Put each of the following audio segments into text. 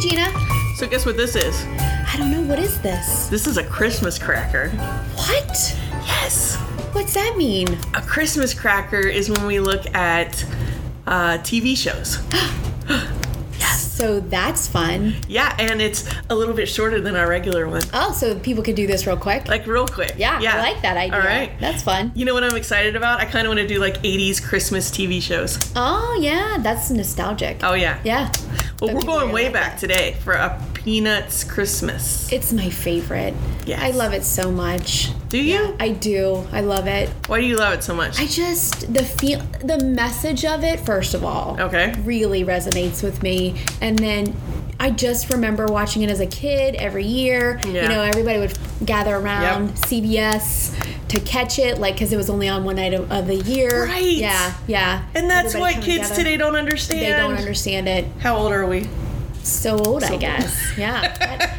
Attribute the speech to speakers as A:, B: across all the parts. A: Gina.
B: So guess what this is?
A: I don't know. What is this?
B: This is a Christmas cracker.
A: What?
B: Yes.
A: What's that mean?
B: A Christmas cracker is when we look at uh, TV shows.
A: So that's fun.
B: Yeah, and it's a little bit shorter than our regular one.
A: Oh, so people could do this real quick.
B: Like real quick.
A: Yeah, I like that idea.
B: All right.
A: That's fun.
B: You know what I'm excited about? I kind of want to do like 80s Christmas TV shows.
A: Oh, yeah. That's nostalgic.
B: Oh yeah.
A: Yeah.
B: Well,
A: But
B: we're
A: people
B: going
A: really
B: way
A: like
B: back
A: that.
B: today for a Peanuts Christmas.
A: It's my favorite.
B: Yes.
A: I love it so much.
B: Do you?
A: I do. I love it.
B: Why do you love it so much?
A: I just the feel the message of it first of all.
B: Okay.
A: Really resonates with me and then I just remember watching it as a kid every year.
B: Yeah.
A: You know, everybody would gather around CBS to catch it like cuz it was only on one night of, of the year.
B: Right.
A: Yeah. Yeah.
B: and that's
A: Everybody
B: why
A: coming
B: kids
A: together.
B: today don't understand.
A: they don't understand it.
B: How old are we?
A: So old, I guess. Yeah.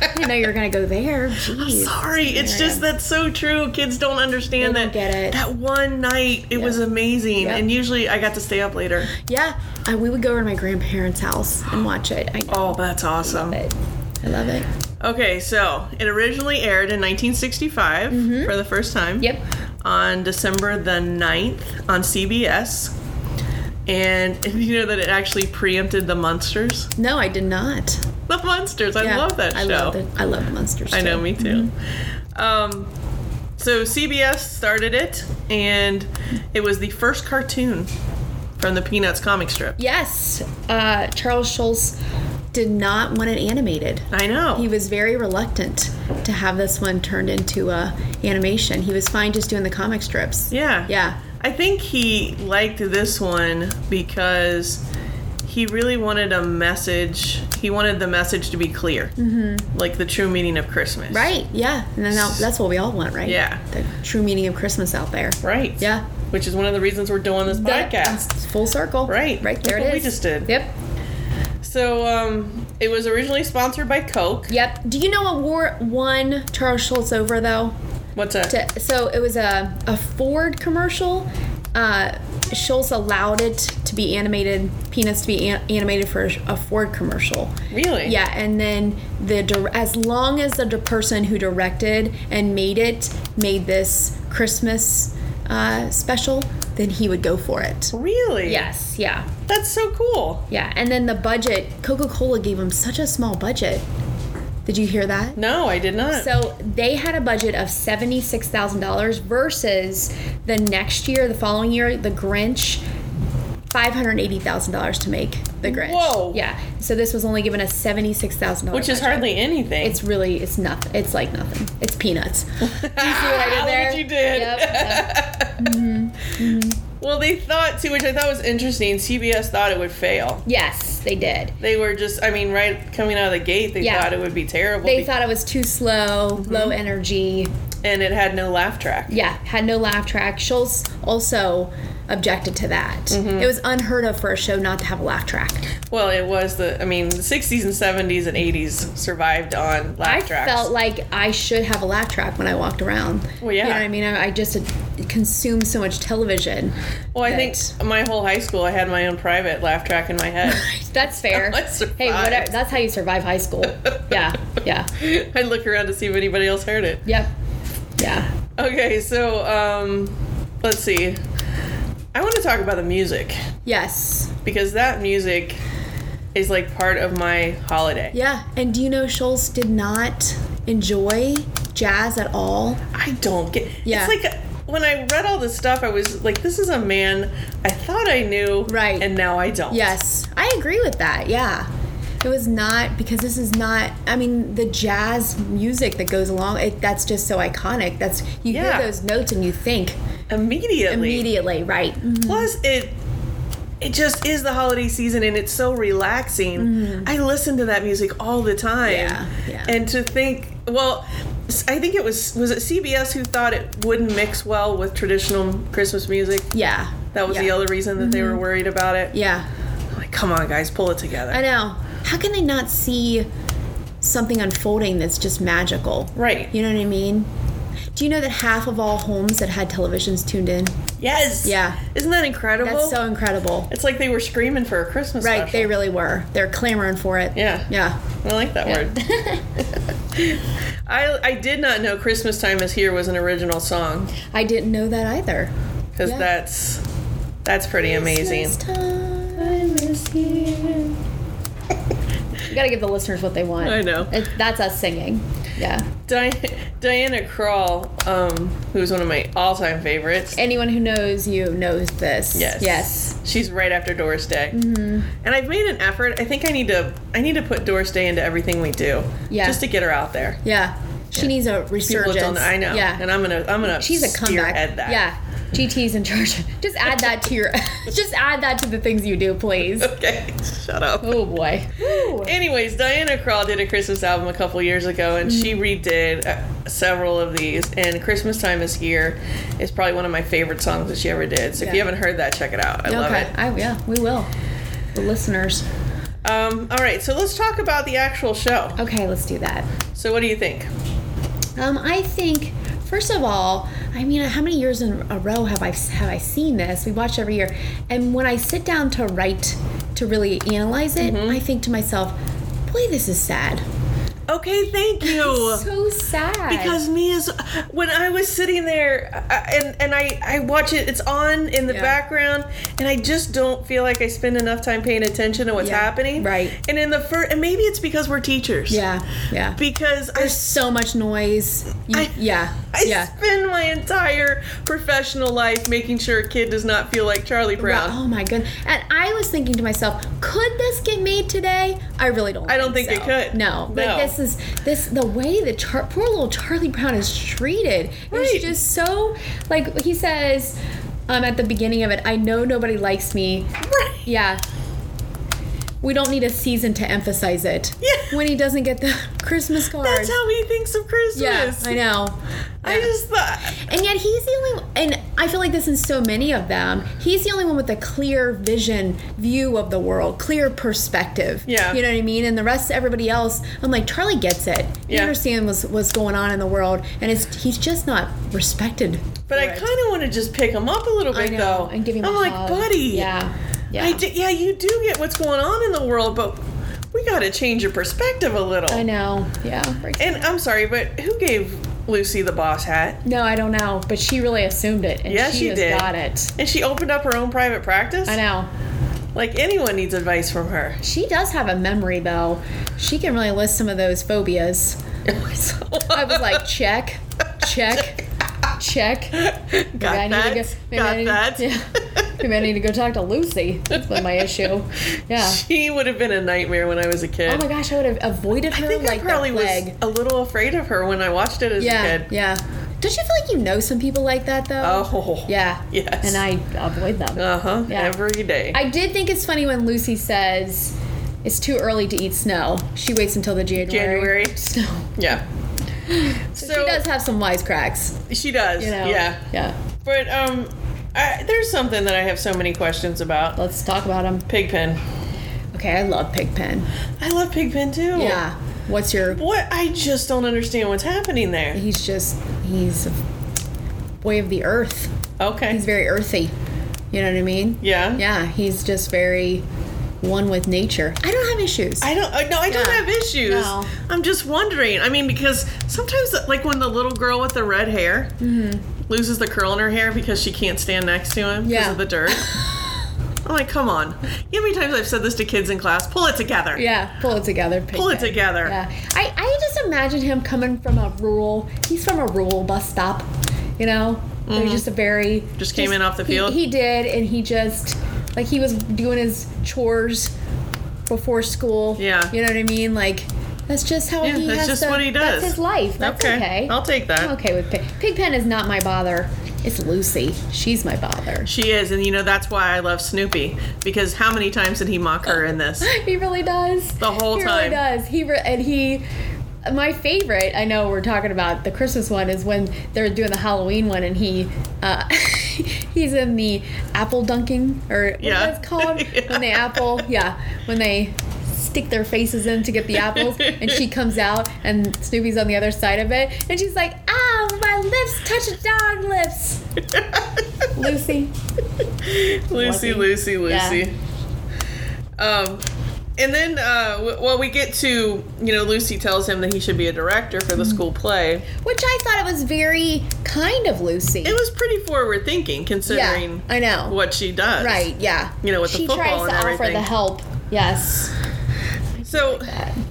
A: I didn't know you were going to go there. Jeez.
B: Sorry, it's
A: Yeah.
B: just that's so true. Kids don't understand
A: They
B: that.
A: don't get it.
B: That one night, it was amazing,
A: Yep.
B: and usually I got to stay up later.
A: Yeah. I, we would go over to my grandparents' house and watch it. I
B: Oh, that's awesome.
A: love it. I love it.
B: Okay, so it originally aired in 1965 for the first time.
A: Mm-hmm. Yep.
B: On December the 9th on CBS. And did you know that it actually preempted the Munsters?
A: No, I did not.
B: The Munsters, I
A: Yeah,
B: love that show.
A: I love it. I love monsters.
B: I
A: too.
B: know, me too. Um, so CBS started it, and it was the first cartoon from the Peanuts comic strip.
A: Yes, uh, Charles Schulz did not want it animated.
B: I know.
A: He was very reluctant to have this one turned into uh, animation. He was fine just doing the comic strips.
B: yeah.
A: Yeah.
B: I think he liked this one because he really wanted a message. He wanted the message to be clear, mm-hmm. like the true meaning of Christmas.
A: Right. Yeah. And then that- that's what we all want, right?
B: Yeah.
A: The true meaning of Christmas out there.
B: Right.
A: Yeah.
B: Which is one of the reasons we're doing this
A: That-
B: podcast.
A: it's Full circle.
B: Right.
A: Right
B: That's
A: there
B: what
A: it
B: we
A: is.
B: just did.
A: Yep.
B: So um, it was originally sponsored by Coke.
A: Yep. Do you know what war won Charles Schulz over though?
B: What's that?
A: to- so it was a, a Ford commercial. Uh, Schultz allowed it to be animated, Peanuts to be an- animated for a Ford commercial.
B: really?
A: Yeah, and then the dir- as long as the di- person who directed and made it made this Christmas uh, special, then he would go for it.
B: Really?
A: Yes, yeah,
B: That's so cool.
A: yeah. And then the budget, Coca Cola gave him such a small budget. Did you hear that?
B: No, I did not.
A: So they had a budget of seventy-six thousand dollars versus the next year, the following year, the Grinch, five hundred eighty thousand dollars to make the Grinch.
B: Whoa.
A: Yeah. So this was only given a seventy-six thousand dollars,
B: Which is hardly anything.
A: It's really, it's nothing. It's like nothing. It's peanuts. Do you see what I
B: Look
A: did
B: what
A: there?
B: you did.
A: Yep, yep.
B: well, they thought too, which I thought was interesting. CBS thought it would fail.
A: Yes, they did.
B: They were just, I mean, right coming out of the gate, they
A: Yeah.
B: thought it would be terrible,
A: They
B: be- Mm-hmm.
A: thought it was too slow, low energy.
B: and it had no laugh track.
A: Yeah, had no laugh track. Schultz also objected to that.
B: Mm-hmm.
A: It was unheard of for a show not to have a laugh track.
B: Well, it was the, I mean, the 60s and 70s and 80s survived on laugh
A: I
B: tracks.
A: felt like I should have a laugh track when I walked around.
B: Well, yeah.
A: You know what I mean? I, I just consume so much television.
B: well, I think
A: that-
B: my whole high school, I had my own private laugh track in my head.
A: That's fair.
B: I survived.
A: hey, whatever. That's how you survive high school. yeah. Yeah.
B: I'd look around to see if anybody else heard it.
A: Yep. Yeah.
B: Okay, so um, let's see. I want to talk about the music
A: Yes.
B: because that music is like part of my holiday.
A: Yeah. And do you know Schultz did not enjoy jazz at all?
B: I don't get.
A: Yeah.
B: It's like when I read all this stuff, I was like, "This is a man I thought I knew,
A: Right.
B: And now I don't."
A: Yes, I agree with that. Yeah. It was not because this is not. I mean, the jazz music that goes along it, that's just so iconic. That's you
B: Yeah.
A: hear those notes and you think
B: Immediately.
A: immediately, right?
B: Plus, it it just is the holiday season, and it's so relaxing. I listen to that music all the time.
A: Mm-hmm. Yeah, yeah.
B: And to think, well, s- I think it was was it CBS who thought it wouldn't mix well with traditional Christmas music.
A: Yeah.
B: That was
A: yeah. Mm-hmm.
B: the other reason that they were worried about it.
A: Yeah,
B: Like, come on, guys, pull it together.
A: I know. How can they not see something unfolding that's just magical?
B: Right.
A: You know what I mean?
C: Do you know that half of all homes that had televisions tuned in?
B: Yes.
C: Yeah.
B: Isn't that incredible?
C: That's so incredible.
B: it's like they were screaming for a Christmas
C: Right,
B: special.
C: they really were. They're clamoring for it.
B: Yeah.
C: Yeah.
B: I like that word. I I did not know Christmas Time is Here was an original song
C: I didn't know that either.
B: because
C: Yeah.
B: that's that's pretty amazing.
C: Christmas time is here.
A: You gotta give the listeners what they want.
B: I know.
A: It, that's us singing. Yeah.
B: Di- Diana Krall, um, who's one of my all-time favorites.
A: Anyone who knows you knows this.
B: Yes.
A: Yes.
B: She's right after Doris Day. Mm-hmm. And I've made an effort. I think I need to I need to put Doris Day into everything we do.
A: Yeah.
B: Just to get her out there.
C: Yeah. She needs a
B: People
C: resurgence.
B: don't know- I know.
A: Yeah.
B: And I'm gonna I'm gonna
A: She's a comeback.
B: spearhead that.
A: Yeah. GT's in charge. Just add that to your. just add that to the things you do, please.
B: Okay. Shut up.
A: Oh boy.
B: Anyways, Diana Krall did a Christmas album a couple years ago, and she
A: Mm-hmm.
B: redid uh, several of these. And Christmas Time is Here is probably one of my favorite songs that she ever did. So if you
A: Yeah.
B: haven't heard that, check it out. I
A: okay.
B: love it.
A: I, yeah, we will. The listeners.
B: Um, all right, so let's talk about the actual show.
A: Okay, let's do that.
B: So what do you think?
A: Um, I think first of all, I mean, how many years in a row have I have I seen this? We watch every year, and when I sit down to write, to really analyze it,
B: Mm-hmm.
A: I think to myself, "Boy, this is sad.
B: Okay, thank you.
A: So sad."
B: Because me is when I was sitting there uh, and and I I watch it it's on in the
C: Yeah.
B: background and I just don't feel like I spend enough time paying attention to what's
C: Yeah,
B: happening.
C: right.
B: And in the first and maybe it's because we're teachers.
C: Yeah. Yeah.
B: Because I
C: There's so much noise. You,
B: I-
C: yeah.
B: I
C: yeah.
B: spend my entire professional life making sure a kid does not feel like Charlie Brown.
C: Oh my goodness. And I was thinking to myself, could this get made today? I really don't.
B: I don't think
C: so.
B: it could.
C: No.
B: No.
C: Like this is this the way that Char- poor little Charlie Brown is treated
B: Right.
C: is just so like he says um, at the beginning of it, I know nobody likes me.
B: Right.
C: Yeah. We don't need a season to emphasize it.
B: Yeah.
C: When he doesn't get the Christmas card.
B: That's how he thinks of Christmas.
C: yeah, I know.
B: I just thought
C: And yet he's the only and I feel like this in so many of them, he's the only one with a clear vision view of the world, clear perspective.
B: Yeah.
C: You know what I mean? And the rest everybody else, I'm like, Charlie gets it. He
B: Yeah.
C: understands what's, what's going on in the world and it's he's just not respected.
B: but I
C: for it.
B: kind of want to just pick him up a little bit though.
A: and give him.
B: I'm
A: a
B: like,
A: hug.
B: buddy.
A: Yeah. Yeah.
B: I d- yeah, you do get what's going on in the world, but we got to change your perspective a little.
A: I know. Yeah.
B: And I'm sorry, but who gave Lucy the boss hat?
A: No, I don't know, but she really assumed it, and
B: Yeah,
A: she,
B: she
A: has
B: did.
A: got it.
B: And she opened up her own private practice?
A: I know.
B: Like anyone needs advice from her.
A: She does have a memory though. She can really list some of those phobias. I was like, check, check, check. Maybe
B: got
A: I need
B: that.
A: to go. Maybe
B: got
A: I need,
B: that.
A: Yeah. Maybe I need to go talk to Lucy. That's been my issue. Yeah.
B: She would have been a nightmare when I was a kid.
A: Oh my gosh, I would have avoided her
B: I think
A: like
B: I probably
A: the plague.
B: was a little afraid of her when I watched it as a
C: Yeah.
B: kid.
C: Yeah. Don't you feel like you know some people like that though?
B: Oh.
A: Yeah.
B: Yes.
A: And I avoid them.
B: Uh huh.
A: Yeah.
B: Every day.
A: I did think it's funny when Lucy says it's too early to eat snow. She waits until the January.
B: January.
A: Snow.
B: Yeah. So,
A: she does have some wisecracks.
B: She does.
A: You know.
B: Yeah.
A: Yeah.
B: But um, I, there's something that I have so many questions about.
A: Let's talk about them.
B: Pigpen.
A: Okay, I love Pigpen.
B: I love Pigpen too.
A: Yeah. What's your?
B: What I just don't understand what's happening there.
A: He's just he's a boy of the earth.
B: Okay.
A: He's very earthy. You know what I mean?
B: yeah.
A: Yeah. He's just very one with nature. I don't have issues.
B: I don't. I- No, I don't
A: Yeah.
B: have issues.
A: No.
B: I'm just wondering. I mean, because sometimes, like when the little girl with the red hair
A: Mm-hmm.
B: loses the curl in her hair because she can't stand next to him because
A: Yeah.
B: of the dirt. I'm like, come on. You know how many times I've said this to kids in class? Pull it together.
A: yeah. Pull it together. Pigpen.
B: Pull it together.
A: Yeah. I I just imagine him coming from a rural. He's from a rural bus stop. You know. There's just a very
B: Mm-hmm. Just came in off the
A: he-
B: field?
A: He did, and he just like he was doing his chores before school.
B: Yeah.
A: You know what I mean? Like that's just how
B: Yeah,
A: he
B: that's
A: has
B: just
A: to-
B: what he does.
A: That's his life. That's okay.
B: I'll take that.
A: I'm okay with Pig. Pigpen is not my bother. It's Lucy. She's my bother.
B: She is, and you know that's why I love Snoopy because how many times did he mock her in this?
A: He really does.
B: The whole
A: he
B: time.
A: He really does. He re- and he. My favorite, I know we're talking about the Christmas one, is when they're doing the Halloween one, and he, uh, he's in the apple dunking or what
B: Yeah.
A: is it called
B: Yeah.
A: when they apple, yeah, when they stick their faces in to get the apples, and she comes out, and Snoopy's on the other side of it, and she's like, "Ah, my lips touch a dog lips. Lucy.
B: Lucy, Lucy, Lucy. Um, and then, uh, w- well, we get to you know Lucy tells him that he should be a director for
A: Mm-hmm.
B: the school play.
A: Which I thought it was very kind of Lucy.
B: It was pretty forward thinking considering
A: I know.
B: what she does.
A: right, yeah.
B: You know, with the
A: she
B: football
A: tries
B: and
A: to offer the
B: everything.
A: help. Yes.
B: So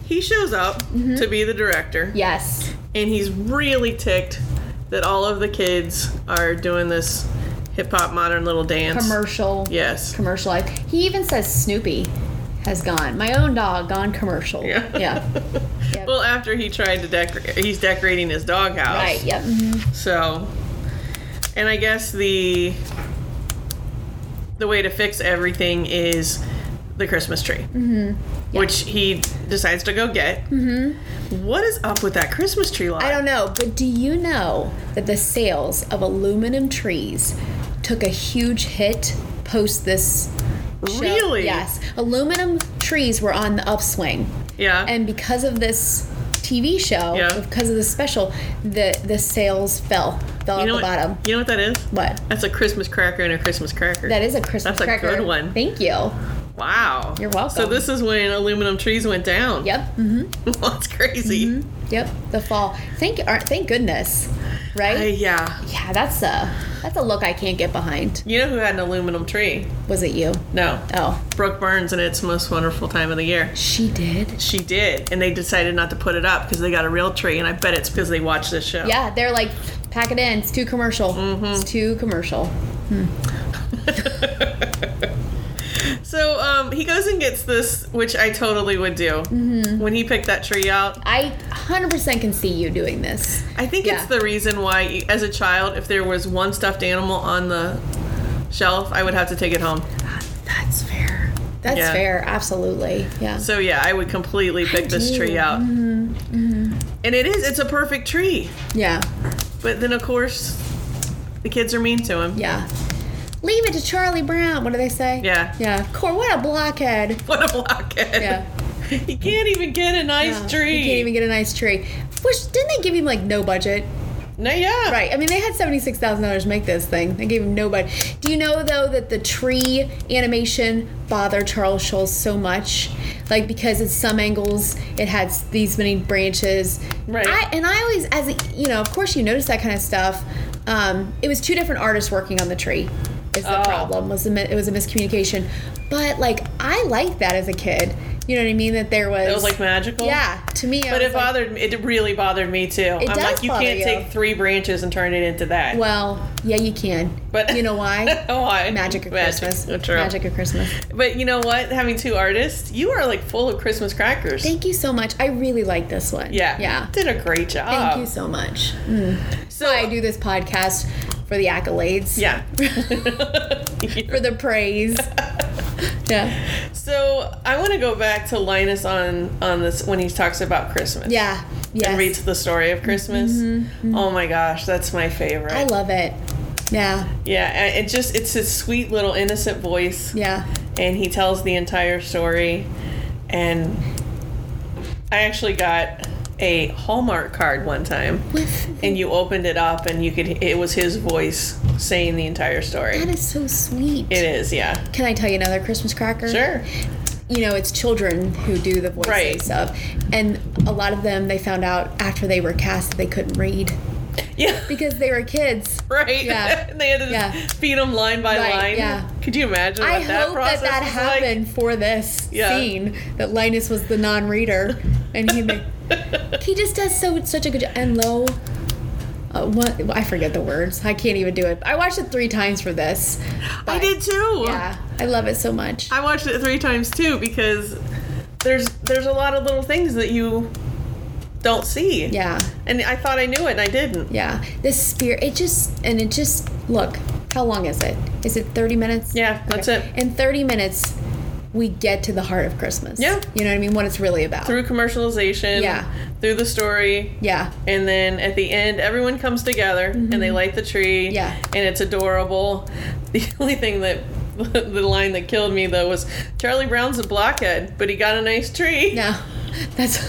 B: he shows up
A: Mm-hmm.
B: to be the director,
A: Yes.
B: and he's really ticked that all of the kids are doing this hip hop modern little dance.
A: Commercial.
B: Yes.
A: Commercialized. He even says Snoopy has gone. My own dog gone commercial.
B: Yeah.
A: Yeah. Yep.
B: Well, after he tried to decorate, he's decorating his doghouse.
A: right, yep.
B: So, and I guess the the way to fix everything is the Christmas tree, mm-hmm. which he decides to go get. Mm-hmm. is up with that Christmas tree lot?
A: I don't know, but do you know that the sales of aluminum trees took a huge hit post this show?
B: Really?
A: Yes. Aluminum trees were on the upswing.
B: Yeah.
A: And because of this TV show,
B: Yeah.
A: because of the special, the the sales fell. Fell
B: you
A: at
B: know what,
A: the bottom.
B: You know what that is?
A: What?
B: That's a Christmas cracker and a Christmas cracker.
A: That is a Christmas
B: That's a
A: cracker.
B: good one.
A: Thank you.
B: Wow.
A: You're welcome.
B: So this is when aluminum trees went down.
A: Yep. Mm-hmm. hmm
B: That's crazy.
A: Yep. The fall. Thank uh, thank goodness. Right?
B: Hey, yeah.
A: yeah, that's a that's a look I can't get behind.
B: You know who had an aluminum tree?
A: Was it you?
B: No.
A: Oh,
B: Brooke Burns and It's Most Wonderful Time of the Year.
A: she did.
B: She did, and they decided not to put it up because they got a real tree, and I bet it's because they watched this show.
A: Yeah, they're like, pack it in. It's too commercial.
B: Mm-hmm.
A: It's too commercial.
B: So um, he goes and gets this, which I totally would do. Mm-hmm. When he picked that tree out,
A: I 100% can see you doing this.
B: I think it's
A: Yeah.
B: the reason why, as a child, if there was one stuffed animal on the shelf, I would have to take it home.
A: That's fair. That's
B: Yeah.
A: fair. Absolutely. Yeah.
B: So yeah, I would completely pick this
A: do.
B: tree out. Mm-hmm. And it is—it's a perfect tree.
A: Yeah.
B: But then, of course, the kids are mean to him.
A: Yeah. Leave it to Charlie Brown. What do they say?
B: Yeah.
A: Yeah. Cor, what a blockhead.
B: What a blockhead!
A: Yeah.
B: he can't even get a nice
A: Yeah.
B: tree.
A: You can't even get a nice tree. Which didn't they give him like no budget?
B: No, yeah.
A: Right. I mean, they had seventy six thousand dollars to make this thing. They gave him no budget. Do you know though that the tree animation bothered Charles Schulz so much, like because it's some angles it had s- these many branches.
B: Right.
A: I, and I always, as a, you know, of course you notice that kind of stuff. Um, it was two different artists working on the tree. Is the
B: Oh.
A: problem was the, mi- it was a miscommunication, but like I liked that as a kid. You know what I mean? That there was.
B: It was like magical.
A: Yeah. To me, I
B: But
A: was
B: it
A: like,
B: bothered me. It really bothered me too. I'm
A: does
B: like, you
A: bother
B: can't
A: you.
B: take three branches and turn it into that.
A: Well, yeah, you can.
B: But Oh,
A: you know why?
B: why? Oh,
A: Magic of Christmas.
B: True.
A: Magic of Christmas.
B: But you know what? Having two artists, you are like full of Christmas crackers.
A: Thank you so much. I really like this one.
B: yeah. Mm.
A: Yeah.
B: Did a great job.
A: Thank you so much.
B: So
A: I do this podcast for the accolades.
B: Yeah.
A: For the praise. yeah.
B: so I want to go back to Linus on on this when he talks about Christmas.
A: Yeah.
B: And
A: Yes. Mm-hmm,
B: reads the story of Christmas. Oh my gosh, that's my favorite.
A: I love it. Yeah.
B: yeah, and it just it's his sweet little innocent voice.
A: Yeah.
B: and he tells the entire story and i actually got a hallmark card one time and you opened it up and you could it was his voice saying the entire story
A: That
B: it
A: is so sweet.
B: is yeah
A: Can I tell you another Christmas cracker?
B: sure
A: you know, it's children who do the voices
B: Right.
A: and stuff. And a lot of them, they found out after they were cast that they couldn't read
B: yeah
A: because they were kids.
B: right
A: Yeah.
B: and they had to
A: Yeah.
B: feed him line by
A: Right,
B: line
A: yeah.
B: could you imagine what
A: I
B: that
A: hope
B: process
A: that that
B: was like?
A: happened for this
B: Yeah.
A: scene that Linus was the non-reader and he made, he just does so such a good job. And low, uh, what I forget the words. I can't even do it. I watched it three times for this.
B: i
A: but-
B: did too
A: Yeah, I love it so much.
B: I watched it three times too because there's there's a lot of little things that you don't see.
A: Yeah,
B: And I thought I knew it and I didn't.
A: yeah. This spirit, it just and it just look. How long is it? Is it thirty minutes?
B: Yeah, that's it.
A: In thirty minutes, we get to the heart of Christmas.
B: Yeah.
A: you know what I mean. What it's really about.
B: Through commercialization,
A: Yeah.
B: through the story,
A: yeah,
B: and then at the end everyone comes together and they light the tree.
A: Mm-hmm. Yeah.
B: And it's adorable. The only thing that the line that killed me though was Charlie Brown's a blockhead, but he got a nice tree.
A: No, that's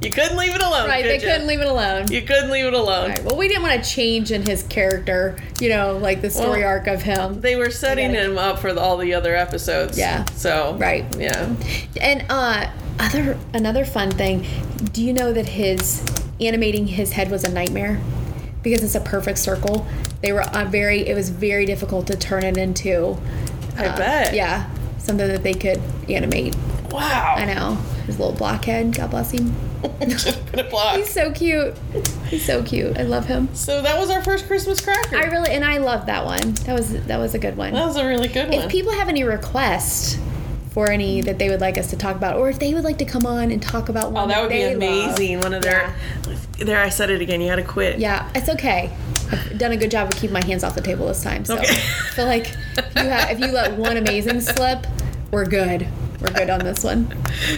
B: You couldn't leave it alone.
A: Right,
B: could
A: they
B: you?
A: couldn't leave it alone.
B: You couldn't leave it alone.
A: Right, well, we didn't want to change in his character, you know, like the story
B: Well,
A: arc of him.
B: They were setting him up for the, all the other episodes.
A: Yeah.
B: So.
A: Right.
B: Yeah.
A: And uh, other another fun thing, do you know that his animating his head was a nightmare because it's a perfect circle. They were uh, very it was very difficult to turn it into. uh,
B: I bet.
A: Yeah, something that they could animate.
B: Wow.
A: I know. His little blockhead, God bless him.
B: Just put a block.
A: He's so cute. He's so cute. I love him.
B: So that was our first Christmas cracker.
A: I really and I love that one. That was that was a good one.
B: that was a really good one.
A: If people have any requests for any that they would like us to talk about, or if they would like to come on and talk about one
B: oh, that would be
A: they love.
B: amazing. One of their. There, I said it again. You had to quit.
A: Yeah, it's okay. I've done a good job of keeping my hands off the table this time. So,
B: Okay.
A: I feel like if you, have, if you let one amazing slip, we're good. We're good on this one.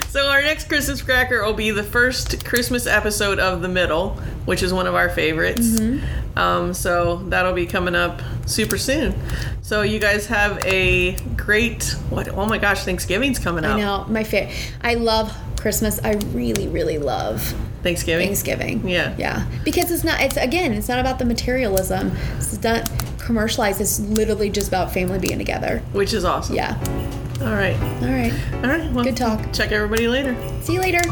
B: So our next Christmas cracker will be the first Christmas episode of The Middle, which is one of our favorites.
A: Mm-hmm.
B: Um, so that'll be coming up super soon. So you guys have a great what? Oh my gosh, Thanksgiving's coming up.
A: You know, my favorite. I love Christmas. I really, really love
B: Thanksgiving.
A: Thanksgiving.
B: Yeah.
A: Yeah. Because it's not, it's again, it's not about the materialism. It's not commercialized. It's literally just about family being together.
B: which is awesome.
A: Yeah.
B: All right.
A: All right.
B: All right. Well,
A: Good talk.
B: Check everybody later.
A: See you later.